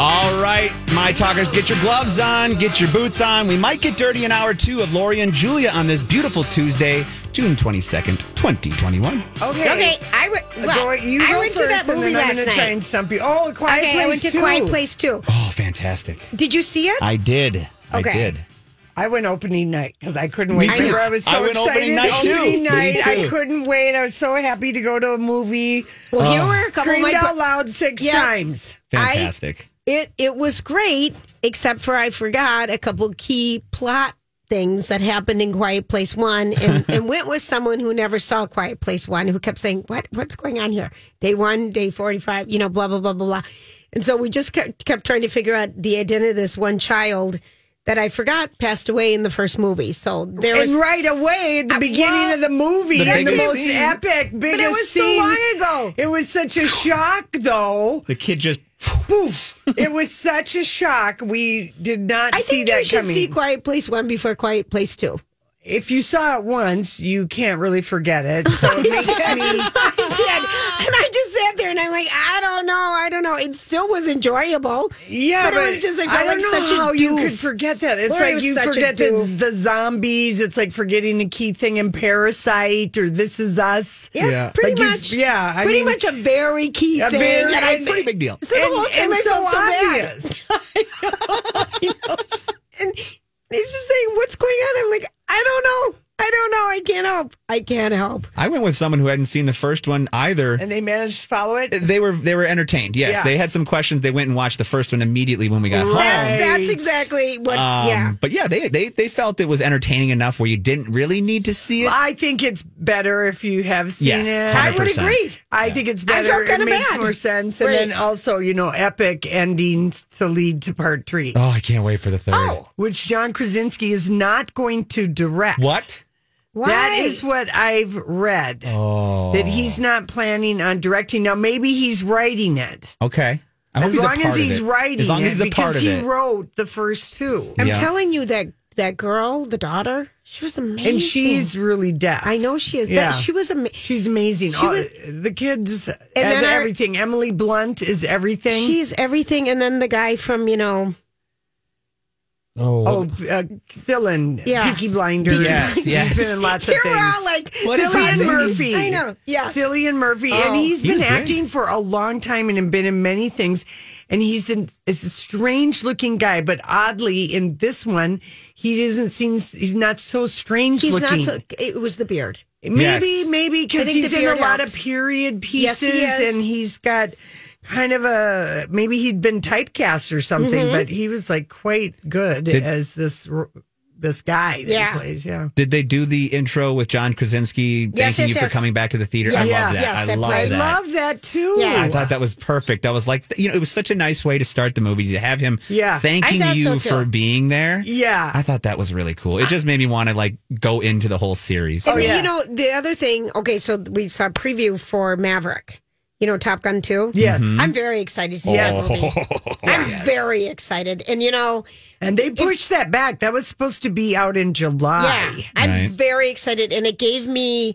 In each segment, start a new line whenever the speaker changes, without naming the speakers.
All right, my talkers, get your gloves on, get your boots on. We might get dirty in hour two of Lori and Julia on this beautiful Tuesday, June 22nd, 2021.
Okay.
Okay, I went.
Go, you
I
go
went
first,
to that
and
movie
then
last
I'm gonna try
night.
and stump you. Oh, A Quiet
okay,
Place
I went to
too.
Quiet Place too.
Oh, fantastic.
Did you see it?
I did. I
Okay.
did.
I went opening night because I couldn't
Me
wait.
too.
Remember, I was so
I went
excited.
opening night, too.
Opening
Me
night, I
too.
couldn't wait. I was so happy to go to a movie.
well, here were a couple of
Oh. Screamed
my.
out loud six
Yeah.
times.
Fantastic.
It it was great, except for I forgot a couple key plot things that happened in Quiet Place One, and, and went with someone who never saw Quiet Place One, who kept saying, "What what's going on here? Day one, day forty five, you know, blah blah blah blah blah." And so we just kept, kept trying to figure out the identity of this one child that I forgot passed away in the first movie. So there was
And right away, at the
Uh,
beginning
well,
of the movie,
The
the, the
biggest
most
scene.
epic, biggest
but it was so
scene.
long ago.
It was such a shock, though.
The kid just.
Poof. it was such a shock. We did not
I
see
think
that
you should
coming.
see Quiet Place One before Quiet Place Two.
if you saw it once, you can't really forget it. So it makes me.
I did. And I just sat there and I'm like, I don't know, I don't know. It still was enjoyable.
Yeah,
but, it was just I felt
I
like
don't know
such a
how you
doof.
could forget that. It's
Lori
like
was
you
such a
forget the,
doof.
the zombies. It's like forgetting a key thing in Parasite or This Is Us.
Yeah, pretty
Like you-
much.
yeah, I
pretty
mean-
much a very key
A
thing.
very-
and I,
Pretty big deal.
so the whole time
and
I
so
felt so bad.
obvious.
And he's just saying, "What's going on?" I'm like, "I don't know. I don't know. I can't help. I can't help."
I went with someone who hadn't seen the first one either.
And they managed to follow it.
They were they were entertained. Yes,
Yeah.
they had some questions. They went and watched the first one immediately when we got home.
That's, that's
Right.
exactly what.
Um,
yeah.
But yeah, they, they they felt it was entertaining enough where you didn't really need to see it.
I think it's better if you have seen
Yes,
it.
100%.
I would agree.
I think it's
I
better.
felt
it
kinda
makes
bad.
more sense. And
Right.
then also, you know, epic endings to lead to part three,
Oh, I can't wait for the third.
Oh,
which John Krasinski is not going to direct.
What?
why?
That is what I've read.
Oh.
That he's not planning on directing. Now, maybe he's writing it.
Okay. I hope
As
he's a
long
part
as
of
he's
it.
writing
As long
it,
as he's a
because
part of
he
it.
wrote the first two.
I'm
Yeah.
telling you that that girl, the daughter, she was amazing.
And she's really deaf.
I know she is.
Yeah.
That she was amazing.
She's amazing. All-
was-
the kids and,
then our-
everything. Emily Blunt is everything.
She's everything. And then the guy from, you know,
Oh, uh, Dylan,
Yes.
Peaky Blinders.
Yes, yes.
He's been in lots of
here
things.
we're all like,
What is
Cillian
his
Cillian
name?
Murphy.
I know. Yes. Oh,
Cillian Murphy. And he's
He
been
was great.
acting for a long time and been in many things. And he's an, is a strange looking guy, but oddly in this one, he doesn't seem he's not so strange
He's
looking.
not so. It was the beard.
maybe
Yes.
maybe
I
because
think
he's
the
in a
beard
lot
helped.
of period
Yes,
pieces
he is.
and he's got kind of a maybe he'd been typecast or something,
Mm-hmm.
but he was like quite good as this r- this guy. That
Yeah.
he plays. yeah.
Did they do the intro with John Krasinski thanking
Yes, yes,
you
yes.
for coming back to the theater? I
Yes,
love that.
yes,
I
that
love
play.
I
that.
love that too.
Yeah.
I thought that was perfect. That was like, you know, it was such a nice way to start the movie to have him
Yeah.
thanking
I thought so,
you
too.
for being there.
Yeah.
I thought that was really cool. It just made me want to like go into the whole series.
And
Oh, yeah.
you know, the other thing, okay, so we saw a preview for Maverick, you know, Top Gun 2.
Yes.
Mm-hmm.
I'm very excited to see
Yes.
that movie. I'm very excited. And, you know,
And they pushed that back. That was supposed to be out in July.
Yeah, I'm
Right.
very excited, and it gave me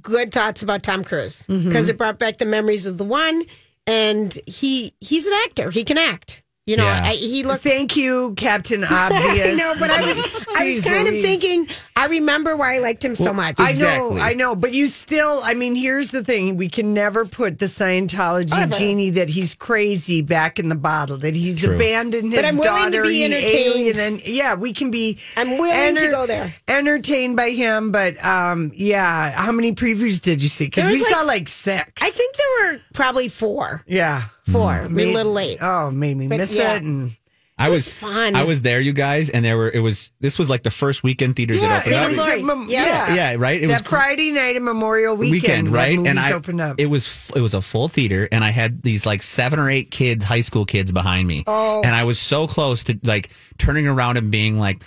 good thoughts about Tom Cruise because it brought back the memories of the one, and he he's an actor. He can act. You know,
Yeah.
I, he looks.
Thank you, Captain Obvious.
I know, but I was I was
Jeez
kind of
Louise.
thinking I remember why I liked him so much.
I
Exactly.
know, I know, but you still, I mean, here's the thing we can never put the Scientology genie that he's crazy back in the bottle, that he's
true.
abandoned his
But I'm willing to
daughter,
be
he
entertained.
alien- yeah, we can be.
I'm willing to go there.
Entertained by him, but um, yeah, how many previews did you see? Because
There
we
was like-
saw like six.
I think there were probably four.
yeah.
Four.
Mm.
We were a little late.
Mm, Oh, made me
But
miss
yeah.
it. And
I was,
fun.
I was there, you guys, and there were. It was. This was like the first weekend theaters
yeah,
that opened
it
up.
was
Glory.
like, mem-
Yeah.
yeah.
Yeah, right? It
It that
was cr-
Friday night and Memorial
weekend,
weekend, that
right?
movies
And I
opened up.
it was f- it was a full theater, and I had these like seven or eight kids, high school kids behind me, oh. and I was so close to like turning around and being like.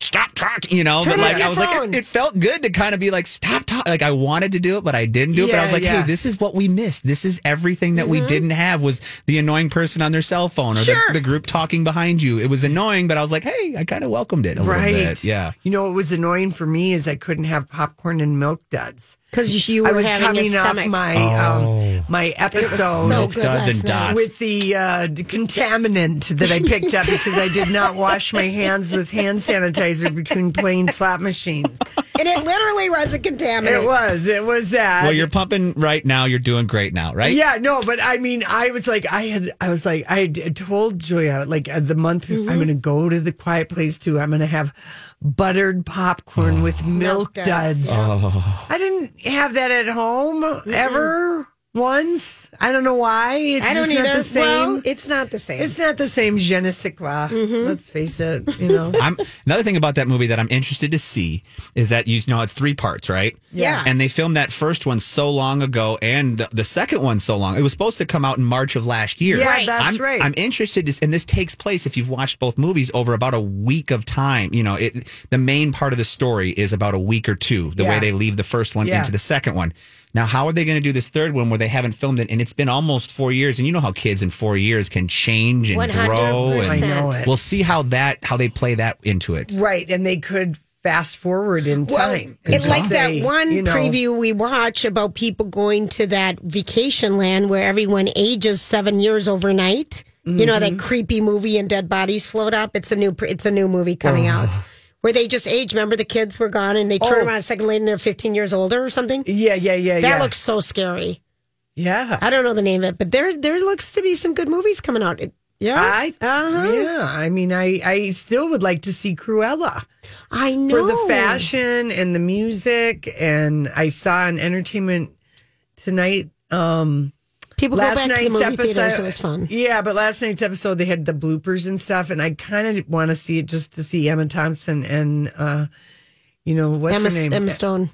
Stop talking, you know.
Turn
But
off
like,
your
I was like,
phone.
it, it felt good to kind of be like, stop talking. Like, I wanted to do it, but I didn't do it. but I
Yeah,
was like,
yeah. Mm-hmm.
hey, this is what we missed. This is everything that we didn't have was the annoying person on their cell phone or the, the group talking behind you. It was annoying, but I was like, hey, I kind of welcomed it a
right.
little bit. Yeah.
You know what was annoying for me is I couldn't have popcorn and milk duds.
Because you were
I was
having a
coming off
stomach.
my
Oh.
um, my episode
so
Milk
good
duds and
last night.
dots.
with the uh, d- contaminant that I picked up because I did not wash my hands with hand sanitizer between playing slot machines.
and it literally was a contaminant.
It was, it was that.
Well, you're pumping right now. You're doing great now, right?
Yeah, no, but I mean, I was like, I had, I was like, I had told Julia like uh, the month I'm going to go to the quiet place too. I'm going to have buttered popcorn with milk, duds.
duds.
I didn't have that at home ever once. I don't know why. It's
I don't
just
either.
Not the same.
Well, it's not the same.
it's not the same je ne sais quoi. Let's face it. You know.
I'm another thing about that movie that I'm interested to see is that you know it's three parts, right?
Yeah.
And they filmed that first one so long ago, and the, the second one so long. It was supposed to come out in March of last year.
Yeah, Right. that's
I'm,
right.
I'm interested, to, and this takes place if you've watched both movies over about a week of time. You know, it, the main part of the story is about a week or two. The way
Yeah.
they leave the first one
Yeah.
into the second one. Now, how are they going to do this third one where they haven't filmed it, and it's been almost four years? And you know how kids in four years can change and grow.
I
And
know it.
we'll see how that how they play that into it.
Right, and they could fast forward in
Well,
time.
it's like
say,
that one
you know,
preview we watch about people going to that vacation land where everyone ages seven years overnight. You know
Mm-hmm.
that creepy movie and dead bodies float up. It's a new. pr- It's a new movie coming out where they just age. Remember the kids were gone and they turn
Oh.
around a second later and they're fifteen years older or something.
Yeah, yeah, yeah.
That
yeah.
looks so scary.
Yeah.
I don't know the name of it, but there there looks to be some good movies coming out. It- yeah,
I
uh-huh.
yeah. I mean, I I still would like to see Cruella
I know
for the fashion and the music, and I saw an Entertainment Tonight. Um,
People go
last
back to the
night's
movie
episode
theaters. It was fun.
Yeah, but last night's episode they had the bloopers and stuff, and I kind of want to see it just to see Emma Thompson and uh, you know what's
Emma,
her name?
Emma Stone,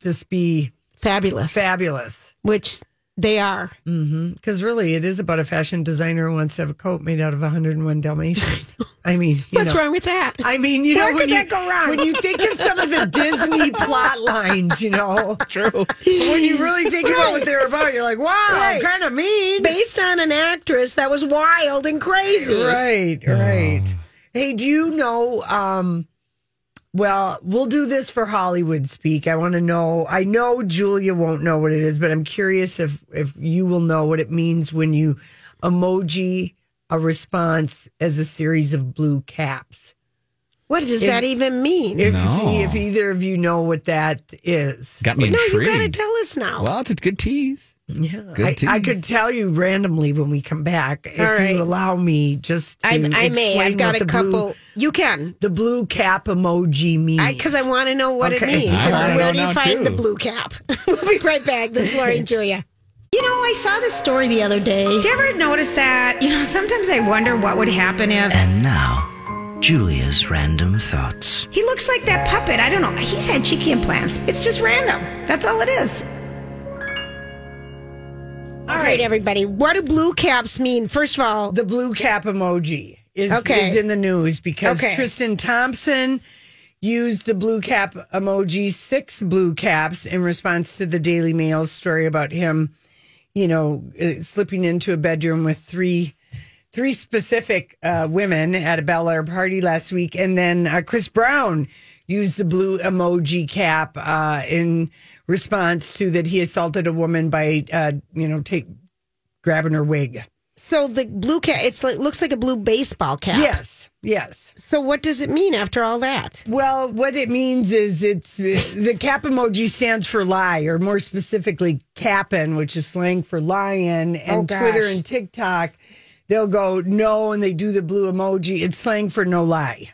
just be
fabulous,
fabulous.
which they are.
Because really, it is about a fashion designer who wants to have a coat made out of 101 Dalmatians. I mean, you
What's
know.
wrong with that?
I mean, you
Where
know, when
could
you,
that go wrong?
when you think of some of the Disney plot lines, you know,
True.
when you really think about what they're about, you're like, wow,
Right.
kind of mean.
Based on an actress that was wild and crazy.
Right, right. Hey, do you know? Um, well, we'll do this for Hollywood speak. I want to know. I know Julia won't know what it is, but I'm curious if if you will know what it means when you emoji a response as a series of blue caps.
What does that even mean?
If,
No.
See if either of you know what that is.
Got me
no, you
intrigued.
got to tell us now.
Well, it's a good tease.
Yeah,
Good
I, I
tease.
could tell you randomly when we come back if
All right.
you allow me. Just to
I, I may.
explain
I've got
what
a
the blue-
couple. you can.
the blue cap emoji means.
Because I, want to know what
Okay.
it means.
I wanna
And where
know
do you
now,
find
too.
the blue cap? we'll be right back. This is Lori and Julia.
You know, I saw this story the other day. Did you ever notice that? You know, sometimes I wonder what would happen if
And now, Julia's random thoughts.
he looks like that puppet. I don't know. He's had cheeky implants. It's just random. That's all it is.
All right, everybody. What do blue caps mean? First of all,
the blue cap emoji is,
Okay.
is in the news because
Okay.
Tristan Thompson used the blue cap emoji, six blue caps, in response to the Daily Mail story about him, you know, uh, slipping into a bedroom with three. Three specific uh, women at a Bel Air party last week, and then uh, Chris Brown used the blue emoji cap uh, in response to that he assaulted a woman by, uh, you know, take grabbing her wig.
So the blue cat, it's like looks like a blue baseball cap.
Yes, yes.
So what does it mean after all that?
Well, what it means is it's the cap emoji stands for lie, or more specifically, cap'n, which is slang for lion.
Oh,
And
gosh.
Twitter and TikTok, they'll go no, and they do the blue emoji. It's slang for no lie.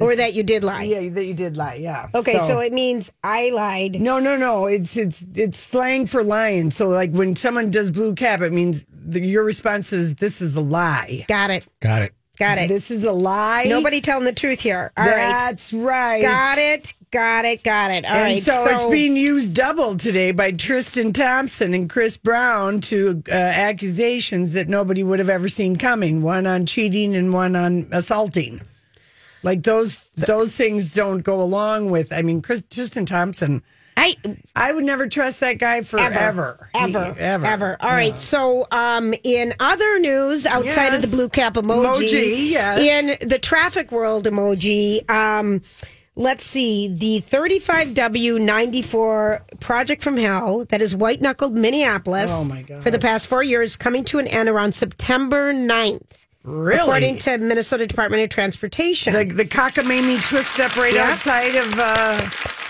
Or that you did lie.
Yeah, that you did lie. Yeah.
Okay, so, it means I lied.
No, no, no. It's it's it's slang for lying. So like when someone does blue cap, it means the, your response is this is a lie.
Got it.
Got it.
Got it.
This is a lie.
Nobody telling the truth here. All right.
That's right.
Got it. Got it. Got it. All right.
and so, it's being used double today by Tristan Thompson and Chris Brown to uh, accusations that nobody would have ever seen coming. One on cheating and one on assaulting. Like those those things don't go along with. I mean, Chris, Tristan Thompson.
I
I would never trust that guy forever.
ever, ever,
He-
ever, ever. All right. So, um, in other news outside of
Yes.
the blue cap emoji,
Emoji, yes.
in the traffic world emoji, um, let's see the 35W94 project from hell that is white knuckled Minneapolis
Oh, my God.
for the past four years coming to an end around September 9th,
Really?
according to Minnesota Department of Transportation.
the the cockamamie twist up right
Yep.
outside of uh,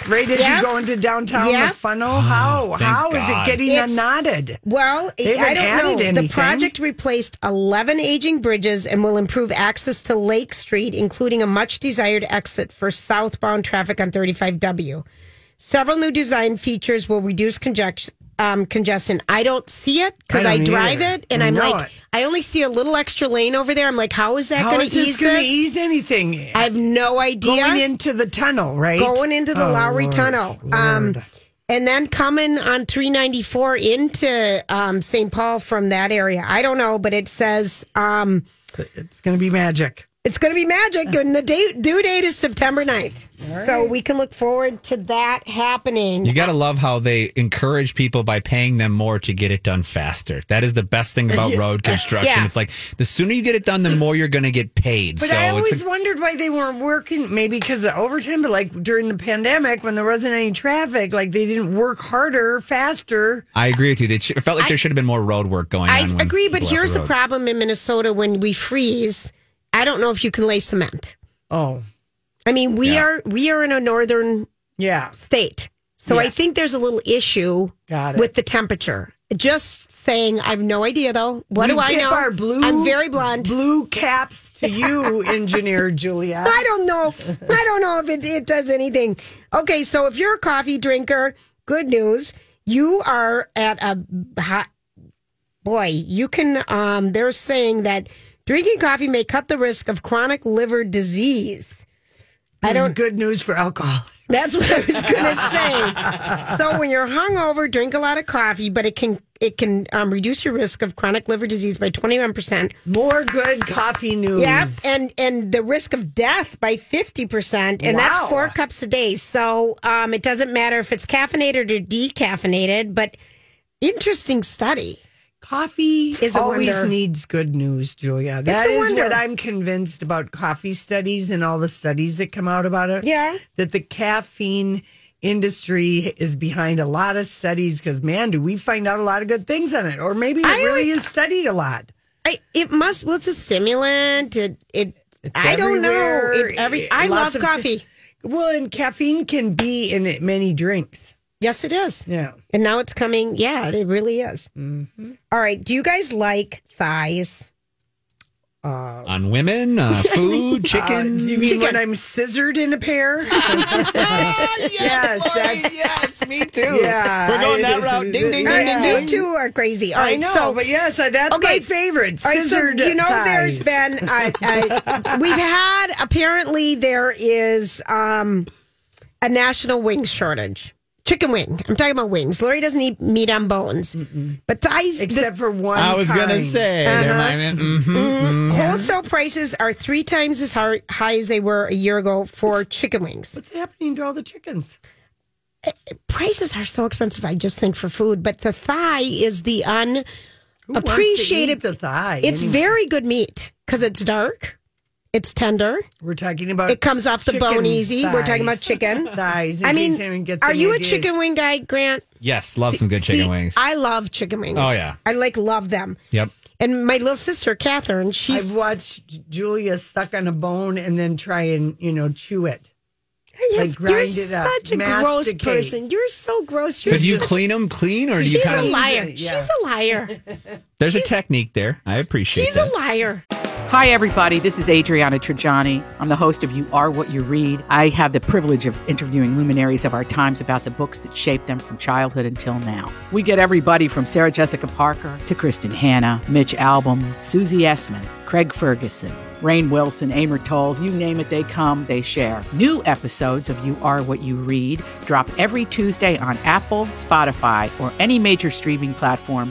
right as
Yep.
you go into downtown
Yep.
the funnel. How how is
thank God.
it getting
It's-
unknotted?
Well,
They
I
haven't
don't know.
added anything.
The project replaced 11 aging bridges and will improve access to Lake Street, including a much desired exit for southbound traffic on 35W. Several new design features will reduce conject- um, congestion. I don't see it because
I
I,
don't
drive
either.
it and I'm
No.
like, I only see a little extra lane over there. I'm like, how is that
How
going to
is this
ease
gonna
this?
ease anything?
I have no idea.
going into the tunnel, right?
Going into the
Oh,
Lowry
Lord,
Tunnel. Um,
Lord.
and then coming on 394 into um, St. Paul from that area. I don't know, but it says um,
it's going to be magic.
it's going to be magic. And the date, due date is September 9th. So we can look forward to that happening.
You got to love how they encourage people by paying them more to get it done faster. That is the best thing about road construction.
Yeah.
It's like the sooner you get it done, the more you're going to get paid.
But
so
I
it's
always
a,
wondered why they weren't working. Maybe because of overtime, but like during the pandemic when there wasn't any traffic, like they didn't work harder, faster.
I agree with you. They sh- It felt like there should have been more road work going
I
on. when
agree,
people
but
left
here's the
road.
problem in Minnesota when we freeze. I don't know if you can lay cement.
Oh,
I mean, we are we are in a northern
yeah.
state. So I think there's a little issue
Got it.
with the temperature. Just saying, I have no idea though. What
We
do I
tip
know?
Our blue,
I'm very blonde.
Blue caps to you, Engineer Julia.
I don't know. I don't know if it, it does anything. Okay, so if you're a coffee drinker, good news. You are at a hot boy. You can. Um, they're saying that drinking coffee may cut the risk of chronic liver disease.
This
I
is
don't
good news for alcohol.
That's what I was going to say. So when you're hungover, drink a lot of coffee, but it can it can um, reduce your risk of chronic liver disease by 21 percent.
More good coffee news.
Yep, and and the risk of death by 50 percent, and that's
Wow.
four cups a day. So um, it doesn't matter if it's caffeinated or decaffeinated, but interesting study.
Coffee
Is a
always
wonder.
needs good news, Julia. That
a
is
wonder.
what I'm convinced about coffee studies and all the studies that come out about it.
Yeah.
That the caffeine industry is behind a lot of studies because, man, do we find out a lot of good things on it? Or maybe it
I
really
like-
is studied a lot.
I, it must. What's a stimulant? It. it I don't know.
everywhere.
It, every. I
Lots
love
of-
coffee.
Well, and caffeine can be in it many drinks.
yes, it is.
Yeah.
And now it's coming. Yeah, it really is. All right. Do you guys like thighs?
on women, uh, food, chicken.
Do you mean when I'm scissored in a pair? yes, that's,
yes, me too.
yeah.
We're going that route. Ding, ding,
All
ding,
right,
ding,
You
ding.
two are crazy. All
I
right.
know,
so,
but yes, I- that's
Okay.
my favorite.
all right, so
Scissored
you know,
thighs.
there's been, uh, uh, we've had, apparently, there is um, a national wing shortage. Chicken wing. I'm talking about wings. Lori doesn't eat meat on bones. But thighs, the-
except for one.
I was gonna
kind.
say. never
Uh-huh.
mind. Mhm.
wholesale prices are three times as high, high as they were a year ago for chicken wings.
what's happening to all the chickens?
prices are so expensive. I just think for food, but the thigh is the un.
Who wants to
Appreciated-
eat the thigh.
It's
anyway?
very good meat because it's dark, it's tender,
We're talking about.
it comes off the bone
chicken
easy. We're talking about
thighs.
chicken.
thighs. in
I
case
mean,
anyone gets
are
any
you a
ideas.
chicken wing guy, Grant?
Yes, love some good
See,
chicken wings.
I love chicken wings.
Oh, yeah.
I like love them.
Yep.
And my little sister Catherine, she's
I've watched Julia suck on a bone and then try and you know chew it.
Yeah,
Like, grind
you're
it up,
such a gross
masticate.
person. You're so gross.
So
You're
do you
such-
clean them clean, or do you
She's a
kind of?
liar.
Yeah.
She's a liar.
There's a technique there. I appreciate
She's a
that.
liar.
Hi, everybody. This is Adriana Trajani. I'm the host of You Are What You Read. I have the privilege of interviewing luminaries of our times about the books that shaped them from childhood until now. We get everybody from Sarah Jessica Parker to Kristen Hanna, Mitch Albom, Susie Essman, Craig Ferguson, Rain Wilson, Amor Tolls, you name it, they come, they share. New episodes of You Are What You Read drop every Tuesday on Apple, Spotify, or any major streaming platform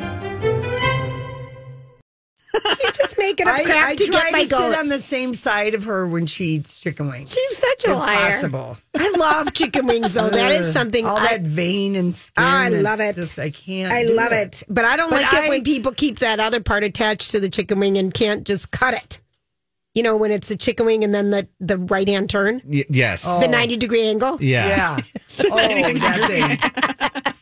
She's just making up crap to
try
get my
to sit
goat.
on the same side of her when she eats chicken wings.
She's such a liar.
Impossible.
I love chicken wings though. That is
Ugh.
something
All
I,
that vein and skin.
Oh, I
it's
love it.
Just, I can't.
I
do
love it. But I don't
But
like it
I-
when people keep that other part attached to the chicken wing and can't just cut it. You know, when it's the chicken wing and then the, the right hand turn,
Y- yes.
the 90 degree angle.
Oh, Yeah.
Oh. Yeah. oh, that thing.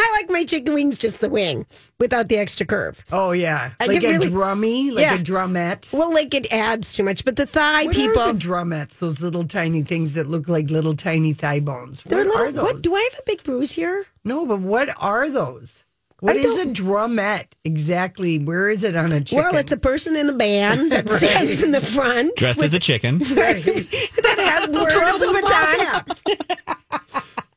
I like my chicken wings just the wing without the extra curve.
Oh yeah.
I
like a
get really-
drummy, like
Yeah.
a drumette.
Well, like it adds too much, but the thigh
What
people.
are the drumettes? Those little tiny things that look like little tiny thigh bones.
they're
What are
little,
those?
what do I have a big bruise here?
No, but what are those? What
I
is
don't-
a drumette exactly? Where is it on a chicken?
Well, it's a person in the band that stands in the front
Dressed as a chicken.
that has twirls a baton.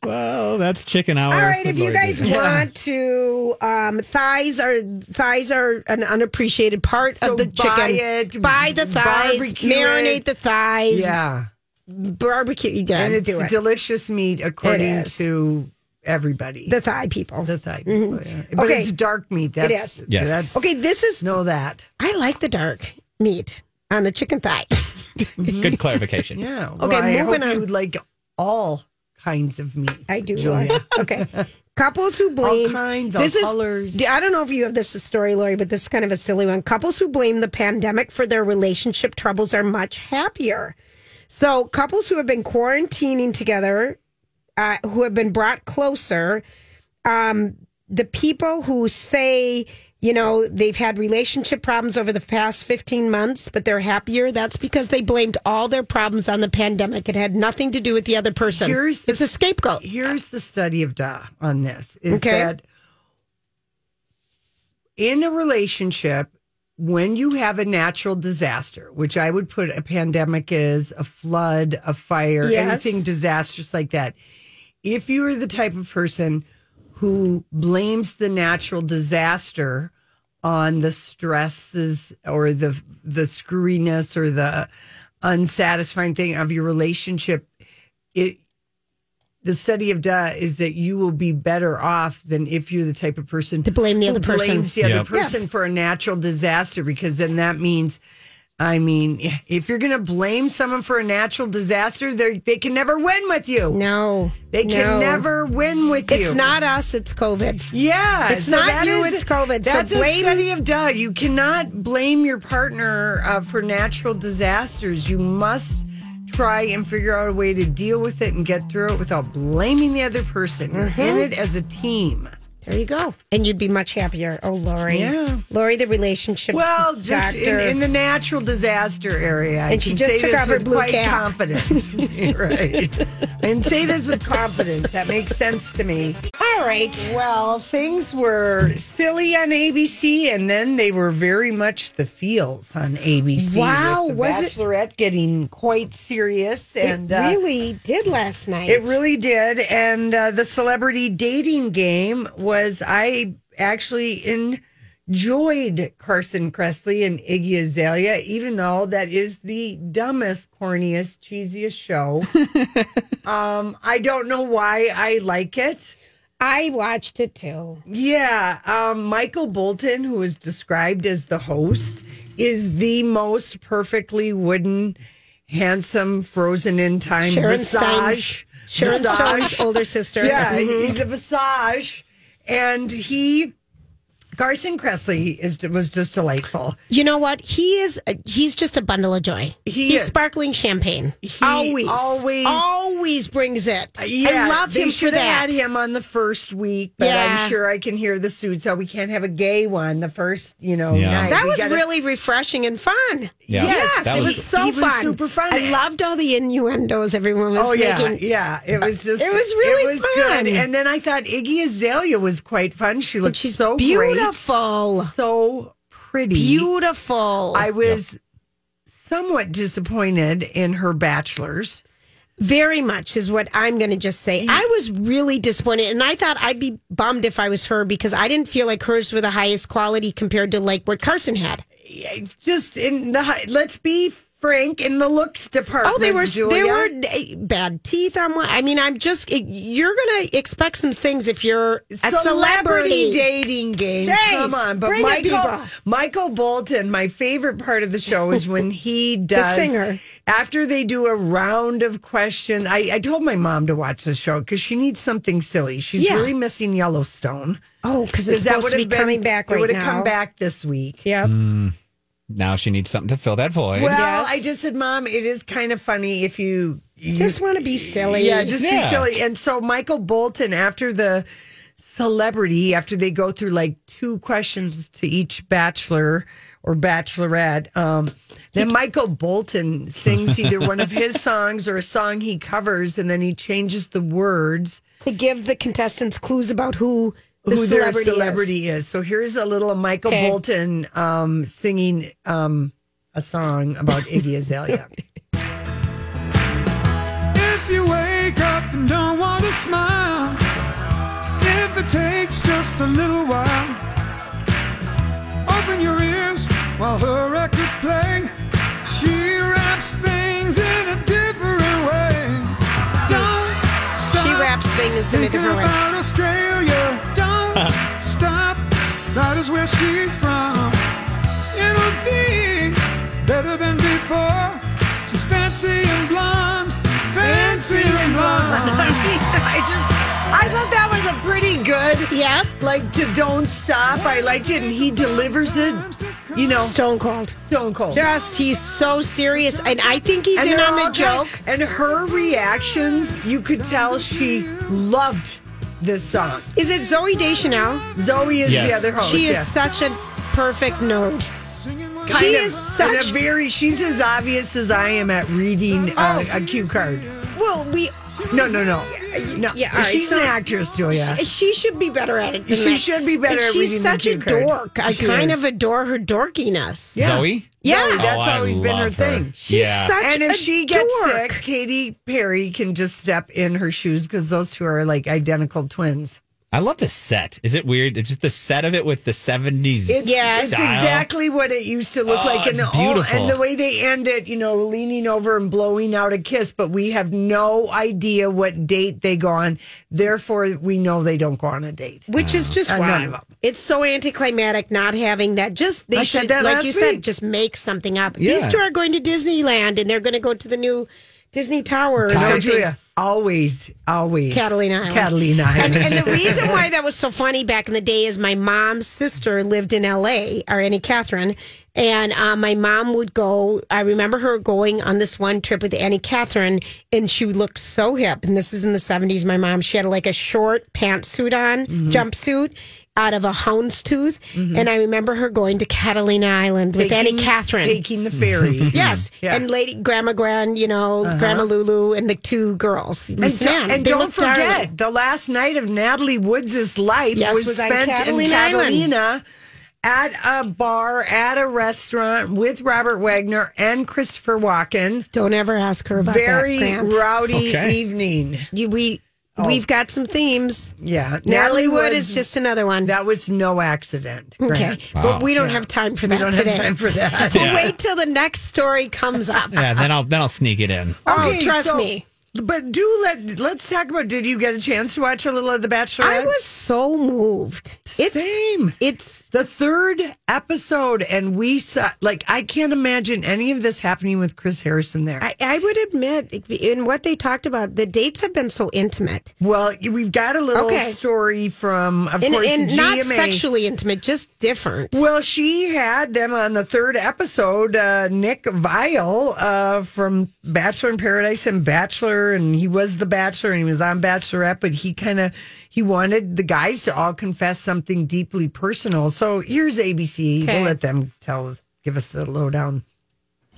well, that's chicken hour.
All right,
with
if you
Lori
guys
Disney.
want to, um, thighs are thighs are an unappreciated part
So
of the
buy
chicken.
it,
buy the thighs,
barbecue
marinate
it.
the thighs,
yeah,
barbecue. Yeah,
and it's
do it.
delicious meat according
It is.
to everybody.
the thigh people.
the thigh, people, yeah. but
Okay.
it's dark meat. That's,
is.
Yes.
That's,
okay, this is.
Know that.
I like the dark meat on the chicken thigh.
Good clarification.
Yeah. Okay.
moving
I hope
on.
You would like all kinds of meat.
I do.
Julia.
Okay. Couples who blame
kinds, all colors.
Is, I don't know if you have this story, Lori, but this is kind of a silly one. Couples who blame the pandemic for their relationship troubles are much happier. So couples who have been quarantining together, uh, who have been brought closer, um, the people who say. You know, they've had relationship problems over the past 15 months, but they're happier. That's because they blamed all their problems on the pandemic. It had nothing to do with the other person.
Here's the-
it's a scapegoat.
Here's the study of Da on this is
Okay.
that in a relationship, when you have a natural disaster, which I would put a pandemic is, a flood, a fire,
Yes.
anything disastrous like that, if you're the type of person who blames the natural disaster on the stresses or the the screwiness or the unsatisfying thing of your relationship, it the study of duh is that you will be better off than if you're the type of person
To blame the
who
other person.
blames the other
Yep.
person
Yes.
for a natural disaster because then that means I mean, if you're going to blame someone for a natural disaster, they they can never win with you.
No,
They can
no.
never win with you.
It's not us. It's COVID.
Yeah,
It's not
that
you, it's COVID. So
That's
blame-
a study of duh. You cannot blame your partner uh, for natural disasters. You must try and figure out a way to deal with it and get through it without blaming the other person. You're
Mm-hmm.
in it as a team.
There you go. And you'd be much happier. Oh, Lori.
Yeah.
Lori, the relationship.
Well, just in,
doctor.
in the natural disaster area, I
And she
can
just
say
took
this
off her
with
blue
quite
cap.
confidence, right? And say this with confidence. That makes sense to me.
All right.
Well, things were silly on ABC, and then they were very much the feels on ABC.
Wow,
with the
was it-
Bachelorette getting quite serious, and
it
uh,
really did last night.
it really did. And uh, the celebrity dating game was I actually enjoyed Carson Kressley and Iggy Azalea, even though that is the dumbest, corniest, cheesiest show. um, I don't know why I like it.
I watched it too.
Yeah, um, Michael Bolton, who is described as the host, is the most perfectly wooden, handsome, frozen in time
Sharon
visage.
Stone's- Sharon
Visage.
Stone's older sister.
Yeah,
Mhm.
he's a visage, and he Carson Kressley is was just delightful.
You know what? He is. uh, He's just a bundle of joy.
He
he's
is.
sparkling champagne.
He
always,
always-
always brings it. I love
they
him for
should have had
that.
him on the first week, but
Yeah.
I'm sure I can hear the suits. So we can't have a gay one the first, you know,
Yeah.
night.
That
We
was
gotta-
really refreshing and fun.
Yeah.
Yes,
That
it
was-
was, so
He was
fun.
super fun.
I loved all the innuendos everyone was
Oh yeah,
making. Uh,
yeah. It was just
It was really
it was
fun.
good. And then I thought Iggy Azalea was quite fun. She looked
she's
so great.
beautiful.
so pretty,
Beautiful.
I was somewhat disappointed in her bachelors.
Very much is what I'm going to just say. I was really disappointed, and I thought I'd be bummed if I was her because I didn't feel like hers were the highest quality compared to like what Carson had.
Just in the hi- let's be frank in the looks department.
Oh, they were
Julia.
they were uh, bad teeth on one. I mean, I'm just it- you're gonna expect some things if you're a
celebrity,
celebrity.
dating game.
Jeez,
Come on, but
bring it,
Michael
people.
Michael Bolton. My favorite part of the show is when he does
singer.
After they do a round of questions, I, I told my mom to watch the show because she needs something silly. She's
Yeah.
really missing Yellowstone.
Oh, because it's supposed to be
would've been-
coming back
It
right
would
now.
have come back this week.
Yep.
Now she needs something to fill that void.
Well,
Yes.
I just said, Mom, it is kind of funny if you, you
Just want to be silly.
yeah, just be
Yeah.
silly. And so Michael Bolton, after the celebrity, after they go through like two questions to each bachelor or bachelorette, um, then Michael Bolton sings either one of his songs or a song he covers, and then he changes the words
to give the contestants clues about who the
who their
celebrity, is.
celebrity is. So here's a little Michael
Okay.
Bolton um, singing um, a song about Iggy Azalea.
If you wake up and don't want to smile, if it takes just a little while, open your ears while her records play. She wraps things in a different way. Don't stop.
She wraps things in a
thinking
different way.
about Australia. Don't stop. That is where she's from. It'll be better than before. She's fancy and blonde. Fancy and blonde.
I just, I thought that was a pretty good,
Yeah,
like to don't stop. I liked it, and he delivers it, you know,
Stone Cold.
stone cold.
Just he's so serious, and I think he's in
they're
on the
all
joke.
good. And her reactions, you could tell she loved this song.
Is it Zoe Deschanel?
Zoe is
Yes.
the other host.
She is
Oh, yeah.
such a perfect nerd.
Kind
she
of-
is
and a
such-
very. She's as obvious as I am at reading uh, a cue card.
Well, we
No, no, no, no.
Mm. yeah, all right,
she's
so-
an actress, Julia.
she should be better at it. than
She
that.
should be better
And
at
she's
reading the
such a
cue card.
dork. I
She
kind
is.
of adore her dorkiness.
Yeah.
Zoe?
Yeah.
Zoe, that's
Oh, I
always been her
love
thing.
She's
yeah.
such
and if
a
she gets
dork.
sick, Katy Perry can just step in her shoes because those two are like identical twins.
I love the set. Is it weird? It's just the set of it with the 70s.
It's,
Yes.
it's
style.
exactly what it used to look
Oh,
like. And
it's
the,
beautiful.
and the way they end it, you know, leaning over and blowing out a kiss, but we have no idea what date they go on. Therefore, we know they don't go on a date.
which is just
Uh, none of
wrong.
'em.
It's so anticlimactic not having that. Just they
I said
should,
that
like
last
you said,
week.
just make something up. These
Yeah.
two are going to Disneyland, and they're going to go to the new Disney Tower. Or
No,
something.
Julia, always, always.
Catalina Island.
Catalina Island.
And, and the reason why that was so funny back in the day is my mom's sister lived in LA, our Auntie Catherine, and uh, my mom would go. I remember her going on this one trip with Annie Catherine, and she looked so hip. And this is in the 70s, my mom. She had like a short pantsuit on,
Mm-hmm.
jumpsuit out of a hound's tooth. And I remember her going to Catalina Island with Annie Catherine.
Taking the ferry.
Yes,
Yeah. Uh-huh.
and Lady Grandma Gran, you know Grandma Lulu, and the two girls,
And,
Lisa
do-
and Ann.
and
They
don't
looked
forget,
darling.
the last night of Natalie Woods' life
Yes,
was,
was on
spent in
Catalina Island.
Catalina at a bar, at a restaurant with Robert Wagner and Christopher Walken.
Don't ever ask her about
Very Oh.
that. Grant.
rowdy
Okay.
evening.
You- we we've got some themes.
Yeah.
Natalie Wood is just another one.
That was no accident. Grant.
okay, but we don't have time for that
We don't
today.
have time for that.
We'll wait till the next story comes up.
Yeah, then I'll then I'll sneak it in.
Oh,
Okay,
trust
so-
me.
But do let let's talk about. Did you get a chance to watch a little of The Bachelor?
I was so moved.
It's, Same.
It's
the third episode, and we saw like I can't imagine any of this happening with Chris Harrison there.
I, I would admit, in what they talked about, the dates have been so intimate.
well, we've got a little
Okay.
story from, of
and
course,
and not
GMA.
sexually intimate, just different.
Well, she had them on the third episode. Uh, Nick Vile uh, from Bachelor in Paradise and Bachelor, and he was the Bachelor and he was on Bachelorette, but he kind of he wanted the guys to all confess something deeply personal. So here's ABC.
Okay.
We'll let them tell, give us the lowdown.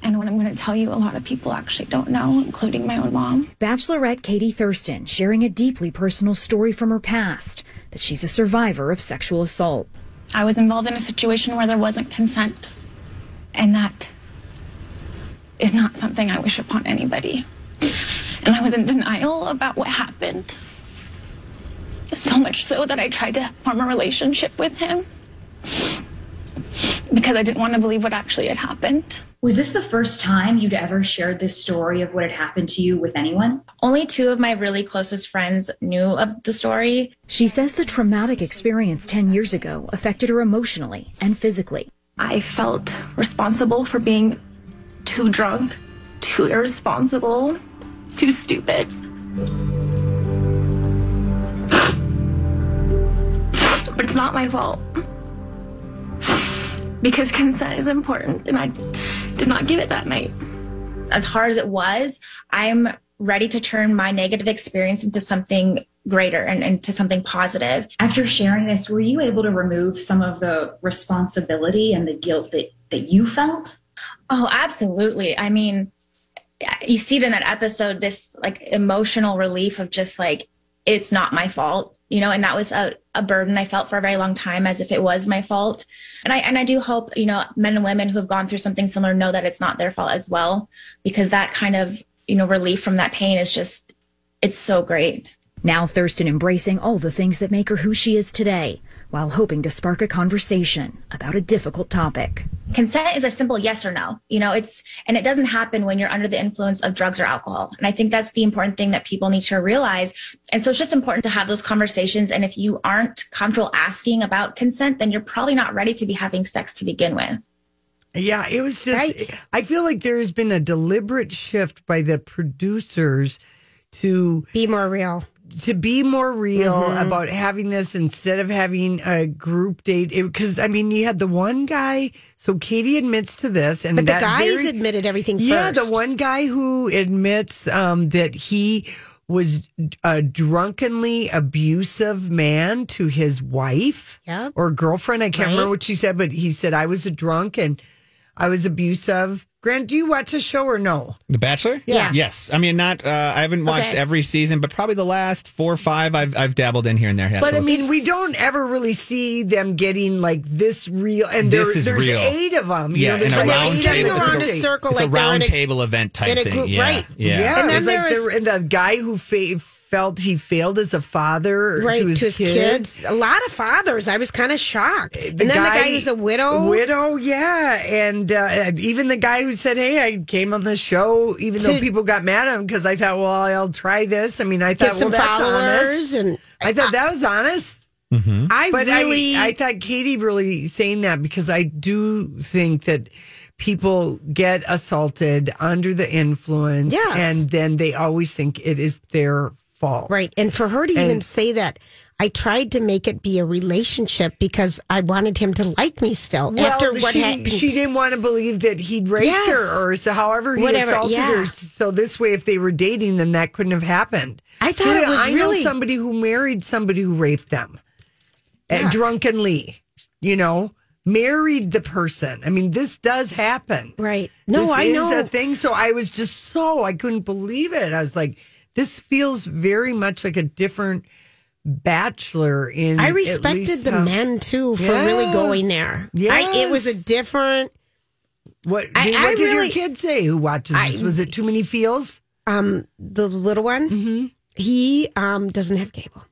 And what I'm going to tell you, a lot of people actually don't know, including my own mom.
Bachelorette Katie Thurston sharing a deeply personal story from her past that she's a survivor of sexual assault.
I was involved in a situation where there wasn't consent. And that is not something I wish upon anybody. And I was in denial about what happened. So much so that I tried to form a relationship with him because I didn't want to believe what actually had happened.
Was this the first time you'd ever shared this story of what had happened to you with anyone?
Only two of my really closest friends knew of the story.
She says the traumatic experience 10 years ago affected her emotionally and physically.
I felt responsible for being too drunk, too irresponsible, too stupid. But it's not my fault. Because consent is important, and I did not give it that night.
As hard as it was, I'm ready to turn my negative experience into something greater and into something positive.
After sharing this, were you able to remove some of the responsibility and the guilt that, that you felt?
Oh, absolutely. I mean, you see it in that episode, this like emotional relief of just like, it's not my fault, you know, and that was a, a burden I felt for a very long time as if it was my fault. And I, and I do hope, you know, men and women who have gone through something similar know that it's not their fault as well, because that kind of, you know, relief from that pain is just, it's so great.
Now Thurston embracing all the things that make her who she is today, while hoping to spark a conversation about a difficult topic.
consent is a simple yes or no you know it's and it doesn't happen when you're under the influence of drugs or alcohol and i think that's the important thing that people need to realize and so it's just important to have those conversations and if you aren't comfortable asking about consent then you're probably not ready to be having sex to begin with
Yeah, it was just. I feel like there has been a deliberate shift by the producers to
be more real,
to be more real
Mhm.
about having this instead of having a group date. Because I mean, you had the one guy. So Katie admits to this, and
But the
that
guys
very-
admitted everything
yeah,
first.
the one guy who admits um, that he was a drunkenly abusive man to his wife
Yep.
or girlfriend. I can't
Right.
remember what she said, but he said, I was a drunk and I was abusive. Grant, do you watch a show or no?
The Bachelor?
Yeah.
Yes. I mean, not. Uh, I haven't watched
Okay.
every season, but probably the last four or five I've I've dabbled in here and there.
But I
Absolutely.
mean, we don't ever really see them getting like this real. And there,
This is
there's
real.
eight of them.
yeah, in
there's
a
like
round
eight of
table.
them
It's
on
a,
a circle,
it's a
like they're in
round
a-
table event type
in a
thing.
group,
yeah.
right.
Yeah.
and then like
there
there and the guy who fa- felt he failed as a father
Right,
to his, kids.
A lot of fathers. I was kind of shocked. and then the guy who's a widow.
Widow, yeah. And uh, even the guy who said, Hey, I came on the show, even though
Did-
people got mad at him because I thought, Well, I'll try this. I mean, I thought,
Get some
well, that's
followers
honest.
and-
I thought that was honest.
I
but
really-
I, I thought Katie really saying that because I do think that people get assaulted under the influence.
Yes.
And then they always think it is their fault.
Right. And for her to even
And-
say that, I tried to make it be a relationship because I wanted him to like me still
Well,
after what
she,
happened.
she didn't want to believe that he'd raped
Yes.
her or so however he
Whatever,
assaulted her.
yeah.
So this way, if they were dating, then that couldn't have happened.
I thought it was
I know
really-
somebody who married somebody who raped them uh,
Yeah.
drunkenly. You know, married the person. I mean, this does happen.
Right. No,
This
I
is
know.
a thing. So I was just so I couldn't believe it. I was like, this feels very much like a different bachelor in
I
at
respected
least
the
how-
men too for really
Yeah.
going there. I, it was
Yes.
a different.
What,
I-
did,
I
what did
really-
your kid say who watches
I-
this? Was it too many feels? Mm-hmm.
Um, the little one, he um doesn't have cable.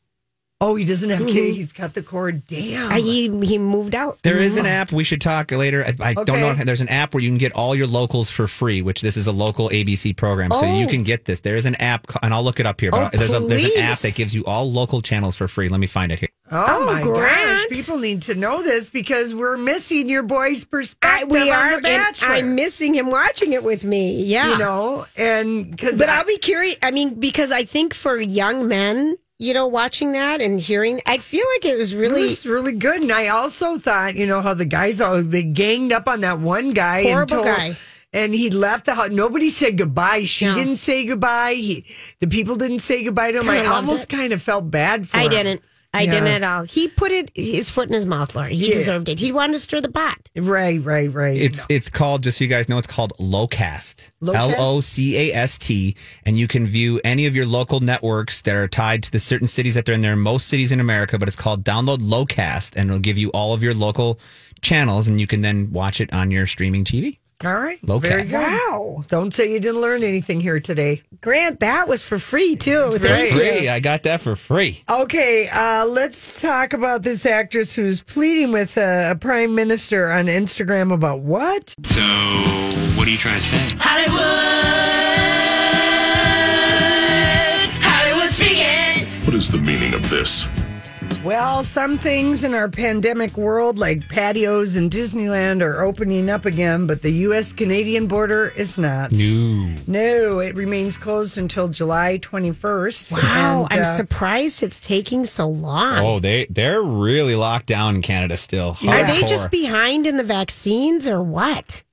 Oh, he doesn't have kids.
Mhm.
He's got the cord. Damn.
Uh, he he moved out.
There is an app. We should talk later. I, I don't know.
Mm-hmm. Okay.
There's an app where you can get all your locals for free, which this is a local ABC program, so you
Oh.
can get this. There is an app, ca- and I'll look it up here.
Oh,
But there's, a, there's an app
please.
that gives you all local channels for free. Let me find it here.
Oh, my gosh.
Grant.
People need to know this because we're missing your boy's perspective
we
on
are.
The
and
Bachelor.
I'm missing him watching it with me. Yeah,
You know, and because
But I'll be curious. I mean, because I think for young men, you know, watching that and hearing, I feel like it was really
It was really good. And I also thought, you know, how the guys all they ganged up on that one guy.
Horrible
and
guy.
And he left the house. Nobody said goodbye. She
No.
didn't say goodbye. He, the people didn't say goodbye to him.
Kinda
I
loved
almost
it.
kind of felt bad for
I
him.
didn't. I
Yeah.
didn't at all. He put it his foot in his mouth, Lori. He
Yeah.
deserved it. He wanted to stir the pot.
Right, right, right.
It's it's called just so you guys know it's called Locast.
Locast?
L O C A S T and you can view any of your local networks that are tied to the certain cities that they're in. There are most cities in America, but it's called download Locast and it'll give you all of your local channels and you can then watch it on your streaming TV.
all right.
Locast.
Very good. Wow. Don't say you didn't learn anything here today.
Grant, that was for free too. Thank you.
Free. I got that for free.
Okay, uh, let's talk about this actress who's pleading with uh, a, a prime minister on Instagram about what?
So, what are you trying to say?
Hollywood, Hollywood speaking.
What is the meaning of this?
Well, some things in our pandemic world, like patios and Disneyland, are opening up again, but the U.S. Canadian border is not.
No.
No, it remains closed until July 21st.
Wow,
And,
I'm
uh,
surprised it's taking so long.
Oh, they they're really locked down in Canada still.
Are they
Hardcore.
just behind in the vaccines or what?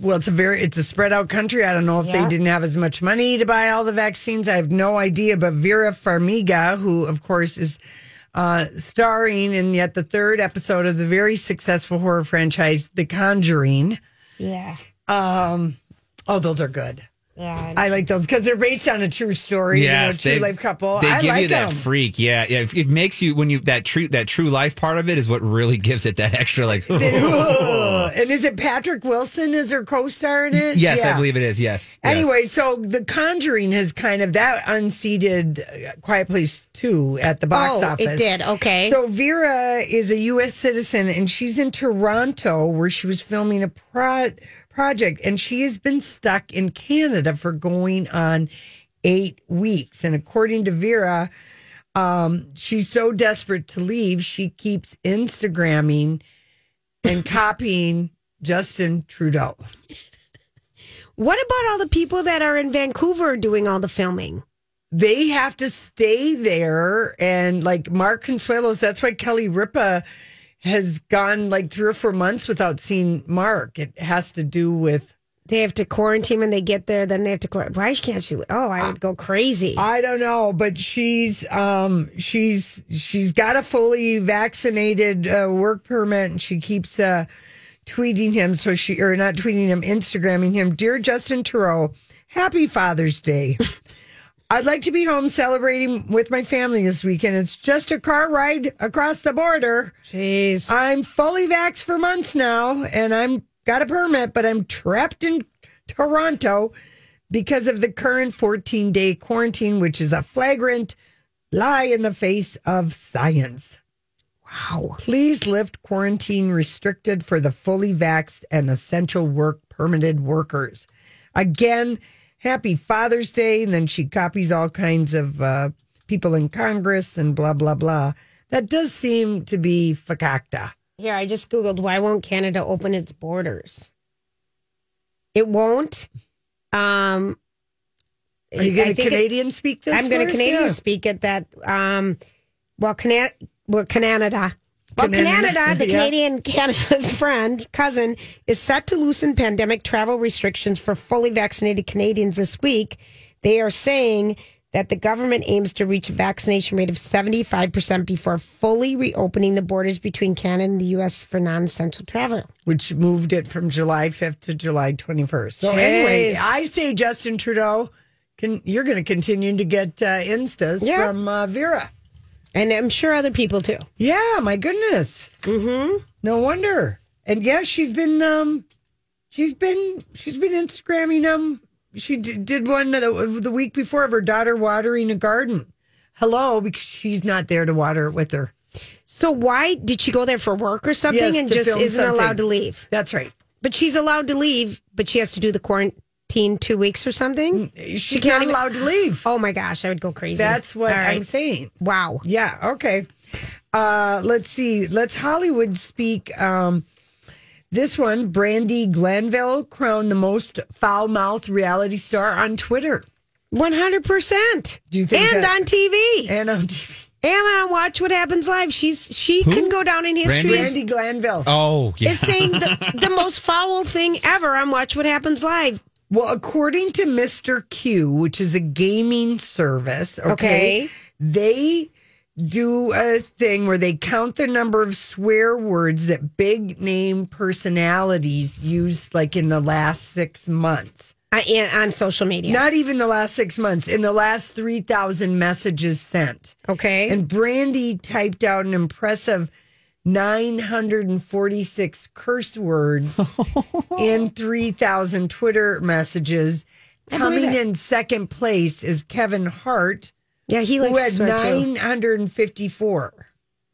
well, it's a very it's a spread out country. I don't know if they
Yeah.
didn't have as much money to buy all the vaccines. I have no idea. But Vera Farmiga, who of course is uh, starring in yet the third episode of the very successful horror franchise, The Conjuring.
Yeah.
Um, oh, those are good.
Yeah.
I like those because they're based on a true story.
Yes,
you know, true
they-
life couple.
They
I
give
like
you that
them.
freak, yeah, yeah. It, it makes you when you that true that true life part of it is what really gives it that extra like.
Ugh. and is it Patrick Wilson is her co-star in it?
Yes, I
Yeah.
believe it is. Yes. yes.
Anyway, so The Conjuring has kind of that unseated uh, Quiet Place 2 at the box
Oh, it
office.
did. Okay.
So Vera is a U.S. citizen and she's in Toronto where she was filming a pro- project and she has been stuck in Canada for going on eight weeks. And according to Vera, um, she's so desperate to leave, she keeps Instagramming and copying Justin Trudeau.
What about all the people that are in Vancouver doing all the filming?
they have to stay there and like Mark Consuelos, that's why Kelly Ripa has gone like three or four months without seeing Mark. It has to do with
They have to quarantine when they get there. Then they have to quarantine. Why can't she? Oh, I would go crazy.
I don't know, but she's um she's she's got a fully vaccinated uh, work permit and she keeps uh tweeting him so she or not tweeting him instagramming him dear Justin Trudeau happy father's day I'd like to be home celebrating with my family this weekend. It's just a car ride across the border.
Jeez.
I'm fully vaxxed for months now and I'm got a permit, but I'm trapped in Toronto because of the current 14 day quarantine, which is a flagrant lie in the face of science.
Wow.
Please lift quarantine restricted for the fully vaxxed and essential work permitted workers. Again, happy Father's Day. And then she copies all kinds of uh, people in Congress and blah, blah, blah. That does seem to be fakakta.
Here, I just Googled why won't Canada open its borders? It won't. Um,
Are you
I
going to
think it-
Canadian speak this?
I'm going to
first?
Canadian
Yeah.
speak at that. Um, well, Cana- well, Canada. Well,
Canada.
Canada, the
Yeah.
Canadian Canada's friend, cousin, is set to loosen pandemic travel restrictions for fully vaccinated Canadians this week. They are saying that the government aims to reach a vaccination rate of 75% before fully reopening the borders between Canada and the U.S. for non essential travel.
Which moved it from July 5th to July 21st. So anyway,
Jeez.
I say Justin Trudeau, can, you're going to continue to get uh, instas
Yeah.
from uh, Vera.
And I'm sure other people too.
Yeah, my goodness.
Mm-hmm.
No wonder. And yeah, she's been um, she's been she's been Instagramming um. She d- did one the, the week before of her daughter watering a garden. hello because she's not there to water it with her.
So why did she go there for work or something
Yes,
and
to
just
film
isn't allowed
something.
to leave?
That's right.
But she's allowed to leave, but she has to do the quarantine two weeks or something.
She's not allowed to leave.
Oh my gosh, I would go crazy.
Mm. That's what
All right.
I'm saying.
Wow.
Yeah. Okay. Uh, let's see. Let's Hollywood speak. Um, this one, Brandy Glanville, crowned the most foul mouthed reality star on Twitter.
100%.
Do you think
and
that-
on TV.
And on TV.
And on Watch What Happens Live. She's she can go down in history as,
Brandy Glanville.
Oh, yeah.
as saying the, the most foul thing ever on Watch What Happens Live.
Well, according to Mr. Q, which is a gaming service, okay,
Okay.
they do a thing where they count the number of swear words that big name personalities used like in the last six months.
Uh, and- on social media.
Not even the last six months, in the last 3,000 messages sent.
okay.
And Brandy typed out an impressive 946 curse words in 3,000 Twitter messages. Coming in second place is Kevin Hart,
yeah, he
who
likes to
had
swear too.
954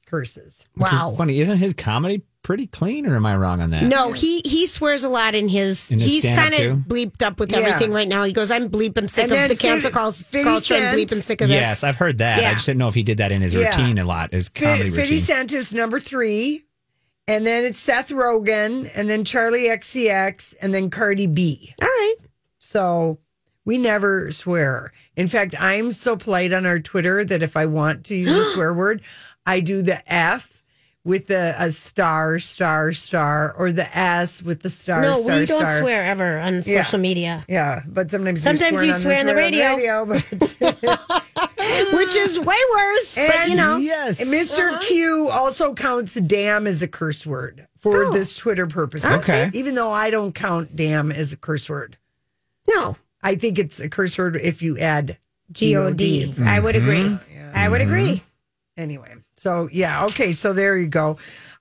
curses.
Which
Wow.
Is funny, isn't his comedy pretty clean, or am I wrong on that?
No, he he swears a lot in his.
In his
he's
stand-up,
kind of
too?
bleeped up with
Yeah.
everything right now. He goes, "I'm bleeping sick
And
of
then
the cancel
fif-
calls
50
culture. I'm
Cent.
bleeping sick of this."
Yes, I've heard that.
Yeah.
I just didn't know if he did that in his
Yeah.
routine a lot, his
Fi-
comedy
50
routine.
Cent is number three. And then it's Seth Rogen, and then Charlie XCX, and then Cardi B.
All right.
So we never swear. In fact, I'm so polite on our Twitter that if I want to use a swear word, I do the F with the a star, star, star, or the S with the star.
no,
star,
we don't
star.
swear ever on
Yeah.
social media,
Yeah, but sometimes
Sometimes
we
you
swear,
swear on the
but
which is way worse. but
And-
you know,
Yes.
and Mr.
Uh-huh.
Q also counts "damn" as a curse word for
Oh.
this Twitter purpose.
Okay.
even though I don't count "damn" as a curse word,
no,
I think it's a curse word if you add
God.
G-O-D.
I would agree. I would agree.
Anyway, so yeah, okay, so there you go.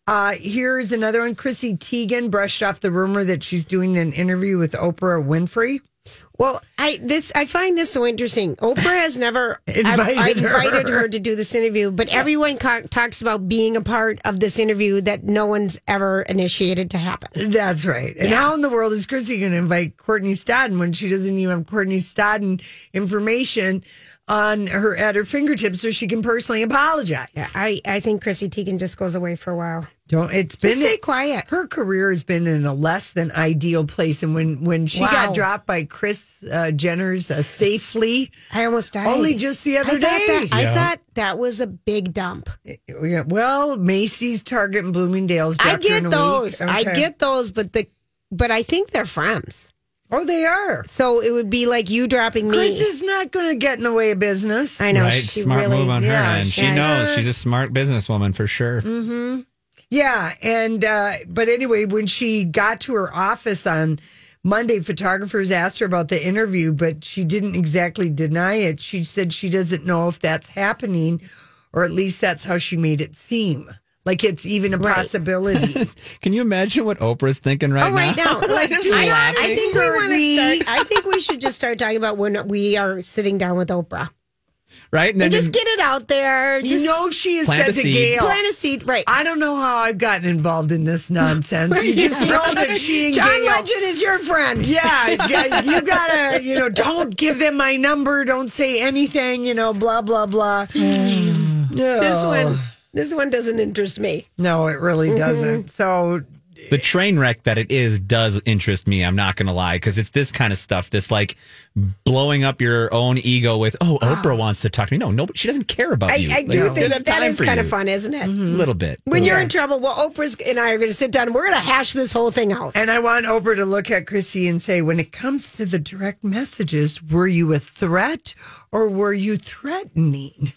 Uh, here's another one. Chrissy Teigen brushed off the rumor that she's doing an interview with Oprah Winfrey.
Well, I this I find this so interesting. Oprah has never
Invited
I, I invited
her.
her. to do this interview, but everyone co- talks about being a part of this interview that no one's ever initiated to happen.
That's right. And how in the world is Chrissy going to invite Courtney Stodden when she doesn't even have Courtney Stodden information on her at her fingertips so she can personally apologize?
I I think Chrissy Teigen just goes away for a while.
Don't. It's been
Just stay quiet.
her career has been in a less than ideal place, and when when she
Wow.
got dropped by Chris uh, Jenner's uh, safely,
I almost died.
only just the
I
other
thought,
day.
that, I thought that was a big dump.
Yeah, well, Macy's, Target, and Bloomingdale's.
I
dropped her in
get
a
those.
week.
I
Okay.
get those, but the but I think they're friends.
Oh, they are.
So it would be like you dropping me.
Chris is not going to get in the way of business.
I know
right,
she
smart
really
move on
yeah,
her end. She
she's-
knows she's a smart businesswoman for sure.
Yeah, and uh, but anyway, when she got to her office on Monday, photographers asked her about the interview, but she didn't exactly deny it. She said she doesn't know if that's happening, or at least that's how she made it seem. Like it's even a possibility.
Can you imagine what Oprah's thinking right,
Oh, right now, like,
Just
I,
laughing.
I think we want to start. I think we should just start talking about when we are sitting down with Oprah
right? And
and
then
just get it out there.
you
Just
know, she has
Plant
said
a
to
seed.
Gail,
plant a seed, right?
I don't know how I've gotten involved in this nonsense. You just know that she and
John
Gail.
Legend is your friend.
Yeah, yeah, you gotta, you know, don't give them my number. Don't say anything, you know, blah, blah, blah. No.
This one, Oh. this one doesn't interest me.
No, it really
Mm-hmm.
doesn't. So,
the train wreck that it is does interest me. I'm not going to lie because it's this kind of stuff. This like blowing up your own ego with, oh, Oprah wants to talk to me. No, no, she doesn't care about
I,
you.
I
Like,
do
they don't
think
have
that
time
is
for
kind
you.
of fun, isn't it?
Mm-hmm.
A little bit.
When you're in trouble, well, Oprah's and I are going to sit down. and We're going to hash this whole thing out.
and I want Oprah to look at Chrissy and say, when it comes to the direct messages, were you a threat or were you threatening?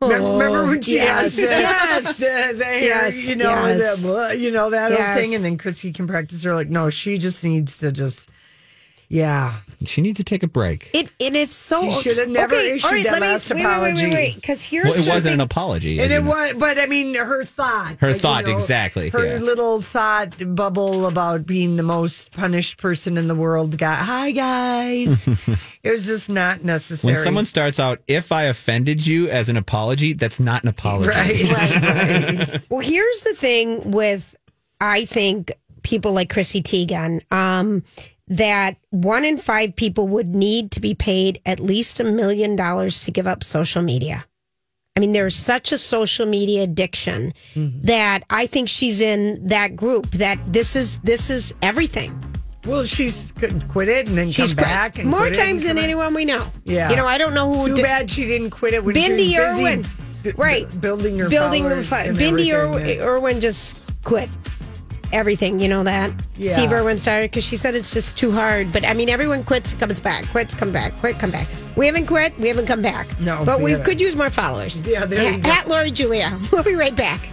Mem- Remember when she
Oh, yes.
asked, yes, the, the hair,
Yes,
you know,
yes.
the, blah, you know that whole
Yes.
thing, and then Chrissy can practice her like, no, she just needs to just Yeah.
She needs to take a break.
It and it's so
You should have never
okay,
issued
all right,
that
let me,
last
wait, Wait, wait,
apology.
wait, because here's
Well, it wasn't an
something-
apology.
And
as
it
you know.
was, but I mean, her thought.
Her
like, you
thought,
know,
exactly,
Her
yeah.
little thought bubble about being the most punished person in the world got, hi, guys. it was just not necessary.
When someone starts out, if I offended you as an apology, that's not an apology.
Right.
Well, here's the thing with I think people like Chrissy Teigen um, that one in five people would need to be paid at least a million dollars to give up social media. I mean, there's such a social media addiction
Mm-hmm.
that I think she's in that group. That this is this is everything.
Well, she's could quit it and then
She's
come
quit
back. And
more
quit it and
times
come
than
back.
anyone we know.
Yeah.
you know, I don't know who
Too
did-
bad she didn't quit it when she was
Bindi
busy
Irwin.
bu-
Right.
bu- building her
building the
followers
fun.
and
Bindi Ir-
everything, yeah.
Irwin just quit everything. You know that
Yeah.
Steve Irwin started because she said it's just too hard. But I mean, everyone quits, comes back, quits, come back, quit, come back. We haven't quit. We haven't come back.
No,
but
we
we
haven't.
could use more followers.
Yeah, there you
at,
go.
at Lori Julia. We'll be right back.